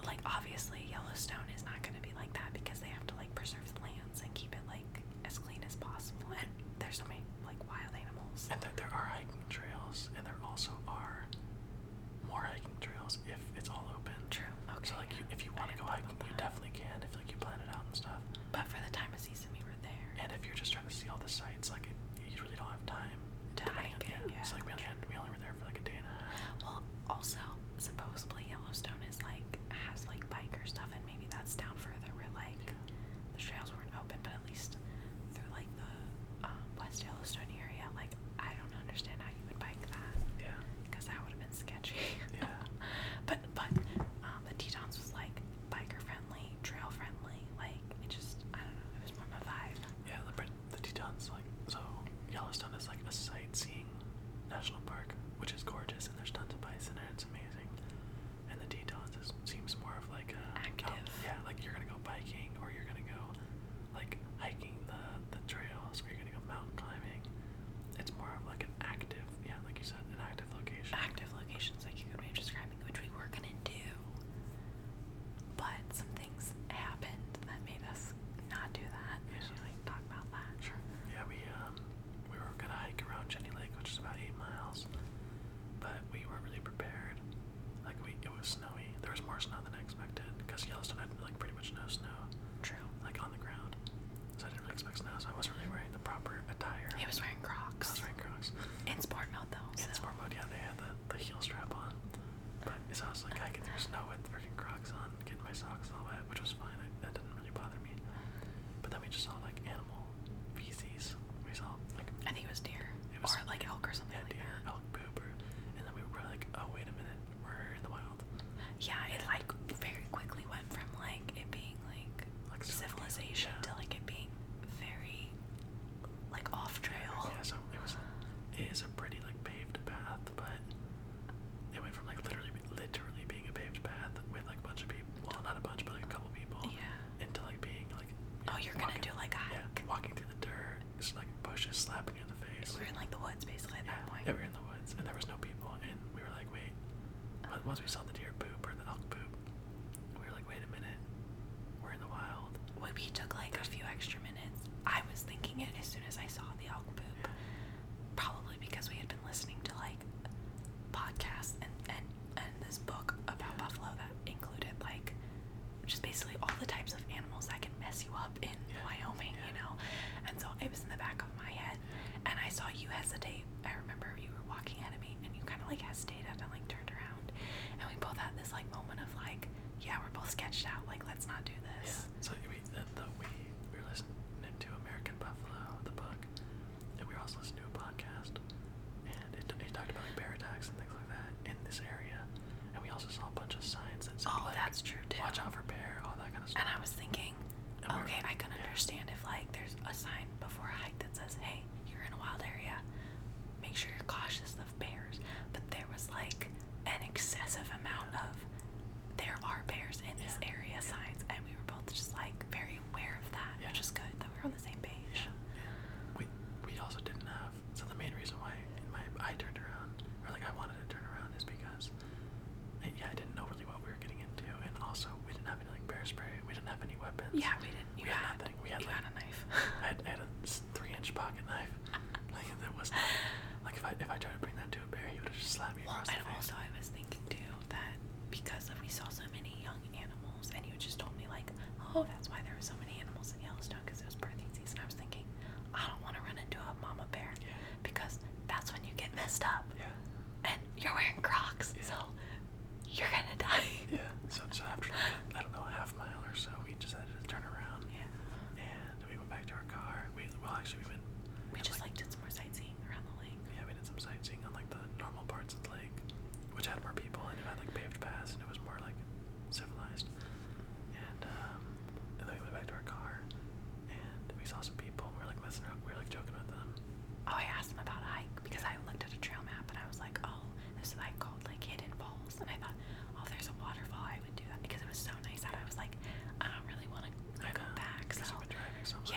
S1: like obviously Yellowstone is not gonna be like that because they have to like preserve the lands and keep it like as clean as possible. And there's so many like wild animals.
S2: And there, there are hiking trails, and there also are more hiking trails if it's all open.
S1: True. Okay.
S2: So like, you,
S1: yeah.
S2: if you
S1: I
S2: want to
S1: hadn't
S2: go
S1: thought
S2: hiking,
S1: about
S2: you
S1: that.
S2: definitely can. If like you plan it out and stuff.
S1: But for the time of season we were there.
S2: And if you're just trying to see all the sights, like it, you really don't have time.
S1: To
S2: depending
S1: hike it,
S2: on-
S1: yeah.
S2: So like we only, had, we only were there for like a day and a half.
S1: Well, also supposedly Yellowstone is like has like biker stuff, and maybe that's down further where like the trails weren't open, but at least through like the um, West Yellowstone area, like I don't understand how you would bike that
S2: Yeah.
S1: because that would have been sketchy.
S2: Yeah.
S1: but but um, the Tetons was like biker friendly, trail friendly, like it just I don't know, it was more my vibe.
S2: Yeah. The Brit- the Tetons like so Yellowstone is like a sightseeing national park, which is gorgeous, and there's tons of bison, and it's amazing. And the Tetons is, seems more of like a out-
S1: Active.
S2: yeah, like you're gonna go biking, or you're gonna go like hiking the the trails, or you're gonna go mountain climbing. It's more of like an active, yeah, like you said, an active location.
S1: active locations, like you could be describing, which we were gonna do. But some things happened that made us not do that. We should like talk about that.
S2: Sure. Yeah, we um we were gonna hike around Jenny Lake, which is about eight miles, but we weren't really prepared. Like we, it was snowy. There was more snow than I expected because Yellowstone had like pretty much no snow,
S1: True.
S2: like on the ground. So I didn't really expect snow, so I wasn't really wearing the proper attire.
S1: He was wearing
S2: I was
S1: Crocs.
S2: wearing Crocs.
S1: In sport mode though.
S2: In
S1: so-
S2: sport mode, yeah, they had the, the heel strap on. But so I was like hiking through snow with freaking Crocs on, getting my socks all wet, which was fine. I, that didn't really bother me. But then we just saw like animal feces. We saw like
S1: I think it was deer.
S2: It was-
S1: or like elk or something
S2: yeah,
S1: like
S2: deer, elk poop, or, and then we were like, oh wait a minute, we're in the wild.
S1: that. Yeah, it like very quickly went from like it being like,
S2: Like so-
S1: civilization
S2: yeah.
S1: to like it being very like off trail.
S2: Yeah, so it was. It is a pretty like paved path, but it went from like literally, literally being a paved path with like a bunch of people. Well, not a bunch, but like a couple people.
S1: Yeah.
S2: Into like being like.
S1: Oh, you're gonna do, like, a hike.
S2: Yeah, walking through the dirt, just like bushes slapping you in the face.
S1: We were in like the woods basically at
S2: yeah,
S1: that point.
S2: yeah, we were in the woods, and there was no people, and we were like, wait. But once we saw the deer poop or the elk poop, we were like, wait a minute, we're in the wild.
S1: Well, we took like a few extra minutes. I was thinking it as soon as I saw the elk poop, probably because we had been listening to like podcasts and and and this book about buffalo that included like just basically all the types of animals that can mess you up in
S2: Yeah.
S1: Wyoming, you
S2: Yeah.
S1: know. And so it was in the back of my head, and I saw you hesitate. I remember you were walking out of me, and you kind of like hesitated and like turned around, and we both had this like moment of like, yeah, we're both sketched out. Like, let's not do
S2: Yeah.
S1: this.
S2: So we, the, the, we, we were listening to American Buffalo, the book, and we were also listening to a podcast, and it, it talked about like bear attacks and things like that in this area, and we also saw a bunch of signs that said
S1: Oh,
S2: like,
S1: that's true, too.
S2: watch out for bear, all that kind of stuff.
S1: And I was thinking,
S2: And we're-
S1: okay, I can
S2: yeah.
S1: understand if like there's a sign before a hike that says, "Hey, you're in a wild area. Make sure you're cautious of bears." But there was like an excessive amount of "there are bears in this
S2: Yeah.
S1: area" signs, and we were both just like very aware of that,
S2: Yeah.
S1: which is good that we were on the same page.
S2: Yeah, yeah. We we also didn't have so the main reason why my I turned around or like I wanted to turn around is because I, yeah I didn't know really what we were getting into and also we didn't have any like bear spray we didn't have any weapons
S1: Yeah, we didn't. You
S2: we
S1: had,
S2: had nothing we had
S1: you
S2: like
S1: had a knife.
S2: I had, I had a s- three inch pocket knife like that was not like if I if I tried to bring that to a bear he would have just slapped me
S1: Well,
S2: across
S1: and
S2: the face
S1: also I was thinking too that because of, we saw so many young animals, and you just told me like, oh, that's why there were so many animals in Yellowstone because it was birthing season. I was thinking, I don't want to run into a mama bear
S2: Yeah.
S1: because that's when you get messed up,
S2: yeah
S1: and you're wearing Crocs,
S2: Yeah.
S1: so you're gonna die.
S2: yeah so so after like, I don't know a half mile or so we decided to turn around
S1: Yeah.
S2: and we went back to our car we well actually we went
S1: We
S2: and,
S1: just like did some more sightseeing around the lake.
S2: Yeah, we did some sightseeing on like the um,
S1: Oh, oh, oh, so yeah,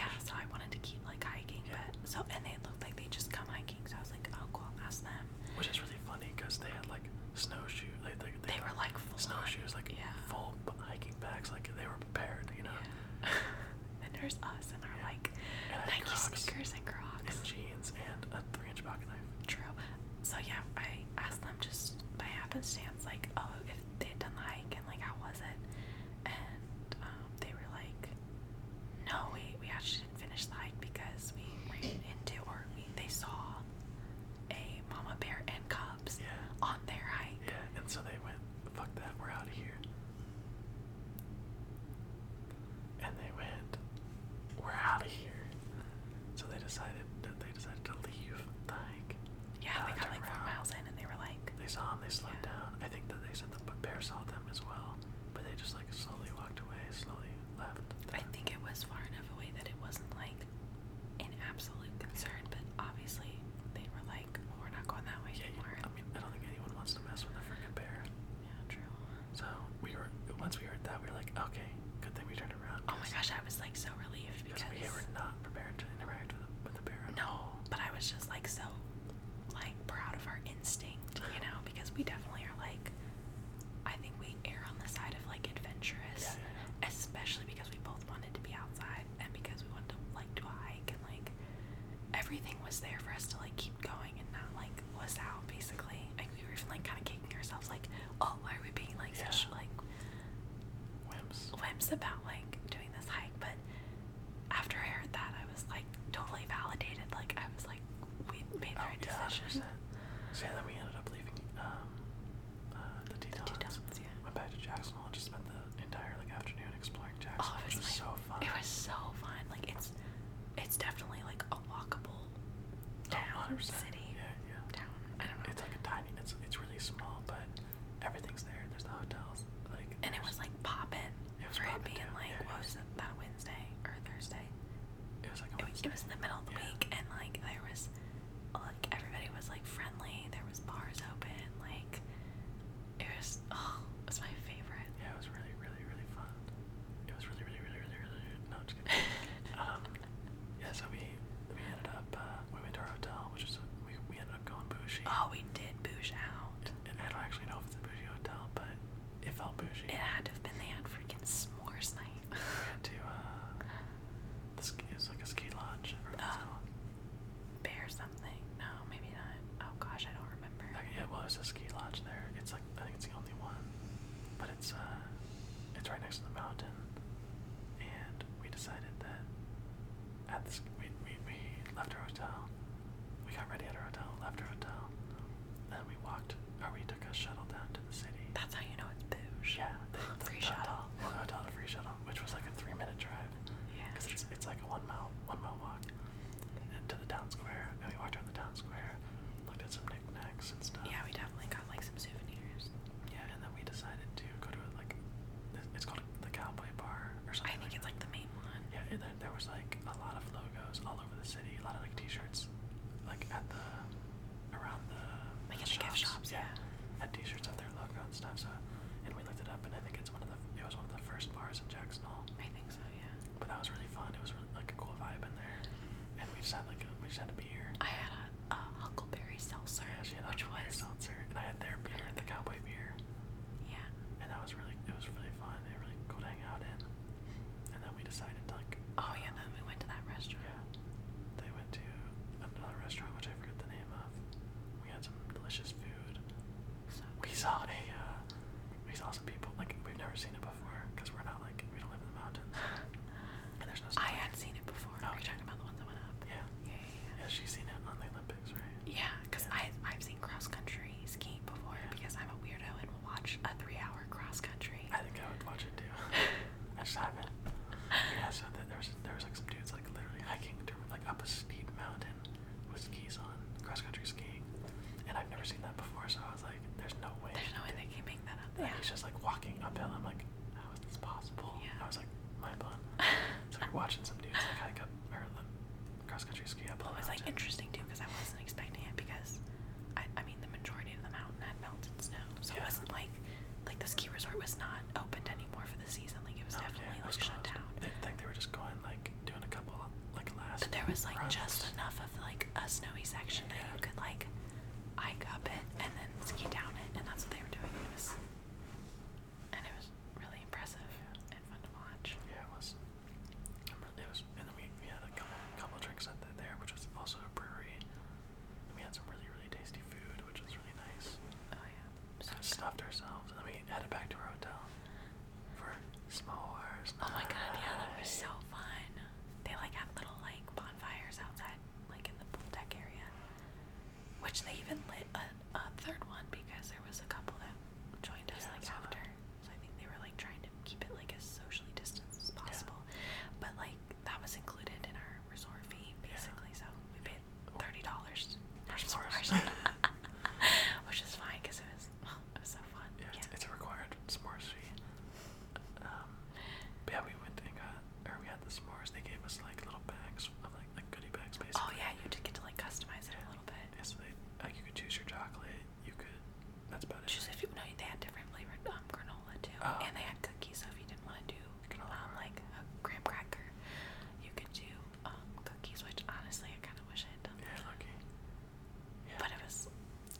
S1: I asked them just by happenstance, like, oh, if they had done the hike and like how was it? And um, they were like, no, we we actually didn't finish the hike because we ran into or we, they saw a mama bear and cubs
S2: Yeah.
S1: on their hike.
S2: Yeah, and so they went, fuck that, we're out of here. And they went, we're out of here. So they decided that they decided to leave the hike.
S1: Yeah,
S2: Uh,
S1: they got
S2: turn
S1: like four
S2: around.
S1: miles in and they were like,
S2: They saw him, they slowed
S1: Yeah.
S2: down. I think that they said the b- bear saw them as well, but they just like slowly walked away, slowly left.
S1: I
S2: the-
S1: think it was far enough away that it wasn't like an absolute concern, but obviously they were like, well, we're not going that way
S2: Yeah, you-
S1: anymore.
S2: I mean, I don't think anyone wants to mess with a freaking bear.
S1: yeah, true.
S2: So we were, once we heard that, we were like, okay, good thing we turned around.
S1: Oh my gosh,
S2: 'cause-
S1: I was like so relieved
S2: Because
S1: because
S2: we were not prepared to interact with, the- with the bear at
S1: no,
S2: all.
S1: but I was just like so like proud of our instinct, you know, because we definitely are like I think we err on the side of like
S2: Yeah,
S1: adventurous,
S2: yeah, yeah.
S1: especially because we both wanted to be outside and because we wanted to like do a hike and like everything was there for us to like keep going and not like was out basically. Like we were even like kind of kicking ourselves like, oh, why are we being like such
S2: Yeah.
S1: like
S2: Wimps.
S1: whims about like doing this hike, but after I heard that, I was like totally validated. Like I was like, we made the
S2: Oh,
S1: right
S2: yeah, 100%.
S1: decision.
S2: So yeah, then we ended up leaving um, uh, the Tetons.
S1: Tetons, yeah.
S2: Went back to Jackson Hole and just spent the entire like afternoon exploring Jackson
S1: Oh,
S2: Hole,
S1: it
S2: which
S1: was
S2: was
S1: like,
S2: so fun. Oh,
S1: It was so fun. Like it's, it's definitely like a walkable
S2: Oh,
S1: town,
S2: 100%.
S1: city,
S2: Yeah, yeah.
S1: town. I don't know.
S2: It's like a tiny. It's it's really small, but everything's there. There's the hotels, like.
S1: and it
S2: there's-
S1: was like poppin'
S2: It was
S1: for it
S2: poppin'
S1: being
S2: too,
S1: like
S2: yeah,
S1: what was
S2: yeah.
S1: it that Wednesday or Thursday?
S2: It was like
S1: It
S2: a
S1: was,
S2: Wednesday.
S1: it was in the middle of the
S2: Yeah.
S1: week, and like there was, like everybody was like friendly. There was bars open. Like it was, oh, it was my favorite.
S2: Yeah, it was really, really, really fun. It was really, really, really, really, really. really no, I'm just kidding. um, yeah, so we we ended up uh, we went to our hotel, which is we, we ended up going bougie.
S1: Oh, we did bouge out.
S2: And I don't actually know if it's a bougie hotel, but it felt bougie.
S1: It had to have been they had freaking s'mores night.
S2: We went to uh, the ski, it was like a ski lodge. Or what's it
S1: Oh.
S2: called?
S1: Bear something? No, maybe not. Oh gosh, I don't remember.
S2: Like, yeah, well, it's a ski lodge there. It's like I think it's the only one, but it's uh, it's right next to the mountain, and we decided that at this we we, we left our hotel, we got ready at our hotel, left our hotel, then we walked or we took a shuttle down to the city.
S1: That's how you know it's bouge.
S2: Yeah, the, the,
S1: free
S2: the
S1: shuttle.
S2: Hotel, well, the hotel had a free shuttle, which was like a three minute drive.
S1: Yeah.
S2: Because it's, it's like a one mile one mile walk and to the town square, and we walked around the town square, looked at some knickknacks and stuff.
S1: Yeah, we definitely got like some souvenirs.
S2: Yeah, and then we decided to go to like, it- it's called the Cowboy Bar
S1: I
S2: or something.
S1: think it's like the main one.
S2: Yeah, and then there was like a lot of logos all over the city, a lot of like T-shirts, like at the around the
S1: Like
S2: the
S1: at the gift shops, yeah.
S2: had T-shirts of their logo and stuff. So, and we looked it up, and I think it's one of the it was one of the first bars in Jackson Hole.
S1: I think so. Yeah.
S2: But that was really fun. It was really, like a cool vibe in there, and we just had like a, we just had a beer.
S1: I had a, a huckleberry seltzer,
S2: Yeah, she had
S1: which
S2: Huckleberry
S1: was
S2: seltzer, and I had their beer, the cowboy beer,
S1: yeah.
S2: and that was really, it was really fun. It really cool to hang out in. And then we decided to like,
S1: Oh yeah, then we went to that restaurant.
S2: yeah, they went to another restaurant which I forget the name of. We had some delicious food.
S1: So
S2: We saw a, uh, we saw some people like we've never seen it before because we're not like we don't live in the mountains and there's no.
S1: I
S2: snow
S1: had
S2: here.
S1: seen it before.
S2: Oh,
S1: Are you
S2: okay.
S1: talking about the one that went up?
S2: Yeah.
S1: Yeah. yeah,
S2: Yeah, she's seen it on the Oh,
S1: Oh, Oh Oh, um, um,
S2: Um, Oh.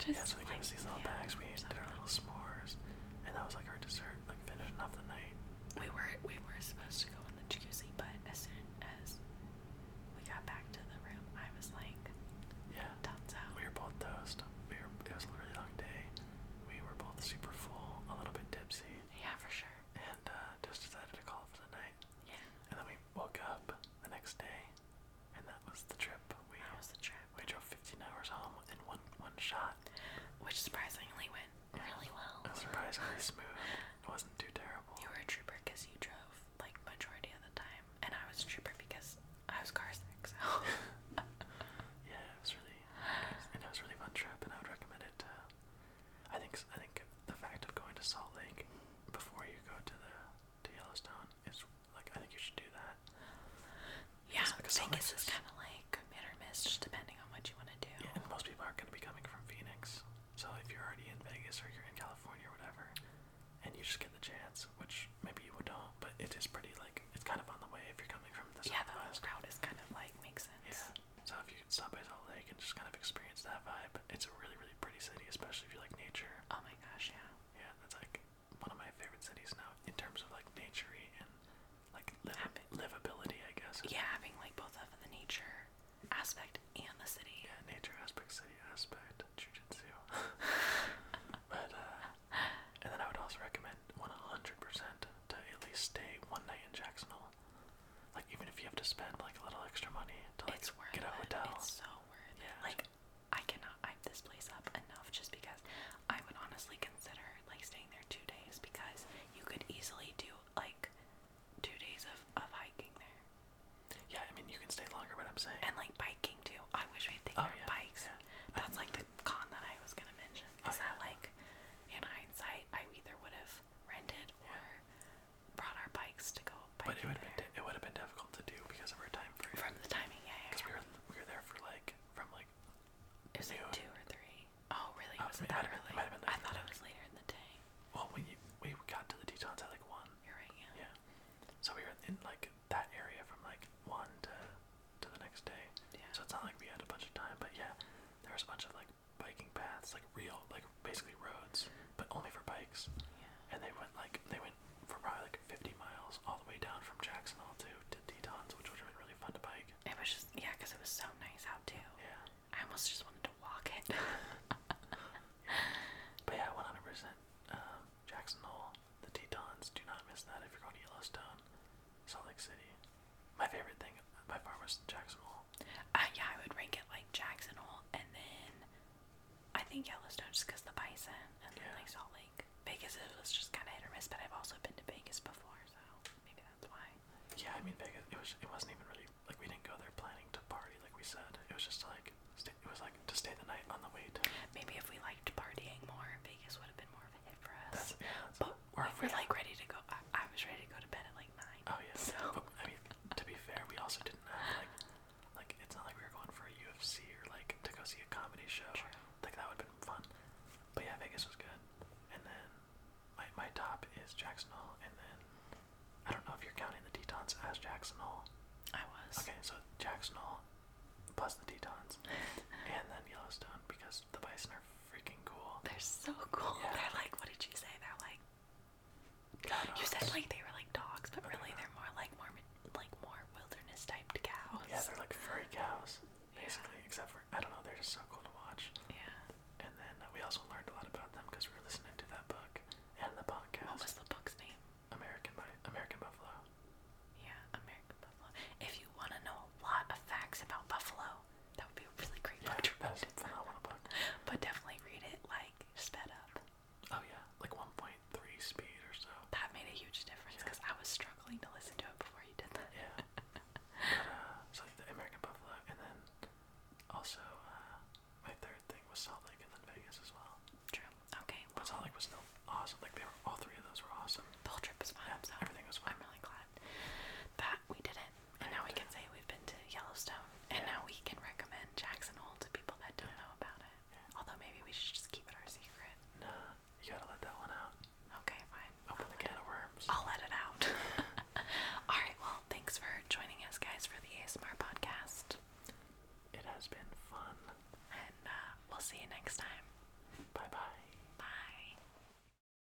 S1: Just
S2: yeah, so they gave us these little
S1: yeah,
S2: bags. We ate
S1: something.
S2: our little s'mores, and that was like our dessert, like finishing off the night.
S1: We were we were supposed to go on the jacuzzi, but as soon as we got back to the room, I was like,
S2: Yeah,
S1: "Thumbs out."
S2: we were both toast. We were, it was a really long day. We were both super full, a little bit tipsy,
S1: Yeah, for sure.
S2: and uh, just decided to call it for the night.
S1: Yeah,
S2: And then we woke up the next day, and that was the trip. We
S1: that was the trip,
S2: we drove 15 hours home in one one shot.
S1: which surprisingly went really well.
S2: It was surprisingly smooth. It wasn't too terrible.
S1: Oh, You were a trooper because you drove like majority of the time, and I was a trooper because I was car sick. So
S2: Yeah, it was really, it was, and it was a really fun trip, and I would recommend it. To, I think s- I think the fact of going to Salt Lake before you go to the to Yellowstone is like I think you should do that.
S1: yeah,
S2: It's like a
S1: I think
S2: summer
S1: it's just
S2: cruise.
S1: kind of like hit or miss, just depending on what you want to do.
S2: Yeah, and most people aren't going to be coming from Phoenix, so if you're already in Vegas or you're in California or whatever, and you just get the chance, which maybe you don't, but it is pretty like it's kind of on the way if you're coming from the
S1: Yeah, the
S2: Southwest.
S1: route is kind of like makes sense.
S2: Yeah. So if you could stop by Salt Lake and just kind of experience that vibe, it's a really, really pretty city, especially if you like nature.
S1: Oh my gosh, yeah.
S2: Yeah, that's like one of my favorite cities now in terms of like naturey and like liv-
S1: Happy.
S2: livability, I guess.
S1: Yeah, having like both of the nature aspect and the city.
S2: Yeah, nature aspect, city aspect, jujitsu. but uh, and then I would also recommend 100% to at least stay one night in Jackson Hole. Like even if you have to spend like a little extra money to like
S1: It's worth
S2: get a
S1: it.
S2: hotel.
S1: It's so worth it.
S2: Yeah.
S1: Like I cannot hype this place up enough just because I would honestly consider like staying there two days because you could easily do like two days of, of hiking there.
S2: Yeah, I mean you can stay longer, but I'm saying
S1: And like biking too. I wish we'd taken
S2: Oh,
S1: our
S2: yeah,
S1: bikes.
S2: yeah.
S1: That's like the con that I was gonna mention.
S2: Oh,
S1: Is that
S2: yeah.
S1: like in hindsight I either would have rented or brought our bikes to go
S2: but it
S1: biking
S2: would have
S1: there.
S2: been di- it would have been difficult to do because of our time frame.
S1: From the timing, yeah, yeah.
S2: Because we
S1: yeah.
S2: were we were there for like from like
S1: It was like
S2: noon.
S1: two or three. Oh, really?
S2: Oh,
S1: was
S2: it
S1: it that
S2: might have been- it
S1: early?
S2: might have been
S1: I
S2: later
S1: thought
S2: than
S1: it
S2: that.
S1: was later in the day.
S2: Well, we we got to the Tetons at like one.
S1: You're right, yeah.
S2: Yeah. So we were in like that area from like one to to the next day.
S1: Yeah.
S2: So it's not like we had a bunch of time, but yeah, there was a bunch of like biking paths, like real, like basically roads, but only for bikes.
S1: Yeah.
S2: And they went like they went for probably like 50 miles all the way down from Jackson Hole to to Tetons, which would have been really fun to bike.
S1: It was just, yeah, because it was so nice out too.
S2: Yeah.
S1: I almost just wanted to walk it.
S2: But yeah, 100%. Um, Jackson Hole, the Tetons. Do not miss that if you're going to Yellowstone, Salt Lake City. My favorite thing by far was Jackson Hole.
S1: uh, yeah, I would rank it like Jackson Hole and then I think Yellowstone just because the bison and then
S2: Yeah.
S1: like Salt Lake. Vegas, it was just kind of hit or miss, but I've also been to Vegas before, so maybe that's why.
S2: Yeah, I mean Vegas. It was. It wasn't even really like we didn't go there planning to party like we said. It was just to, like stay, it was like to stay the night on the way to.
S1: Maybe if we liked partying more, Vegas would have been more of a hit for us.
S2: That's, yeah, that's,
S1: But we
S2: or if
S1: were
S2: we-
S1: like ready to go. I, I was ready to go to bed at like nine.
S2: Oh yeah.
S1: So
S2: But, I mean, to be fair, we also didn't have like, like it's not like we were going for a UFC or like to go see a comedy show.
S1: True.
S2: Like that would have been fun. But yeah, Vegas was good. And then my my top is Jackson Hole, and then I don't know if you're counting the Tetons as Jackson Hole.
S1: I was.
S2: Okay, so Jackson Hole plus the Tetons, and uh, then Yellowstone because the bison are freaking cool.
S1: They're so cool.
S2: Yeah.
S1: They're like, what did you say? They're like,
S2: God,
S1: you said
S2: ox.
S1: like they
S2: Oh, uh, uh, uh,
S1: uh,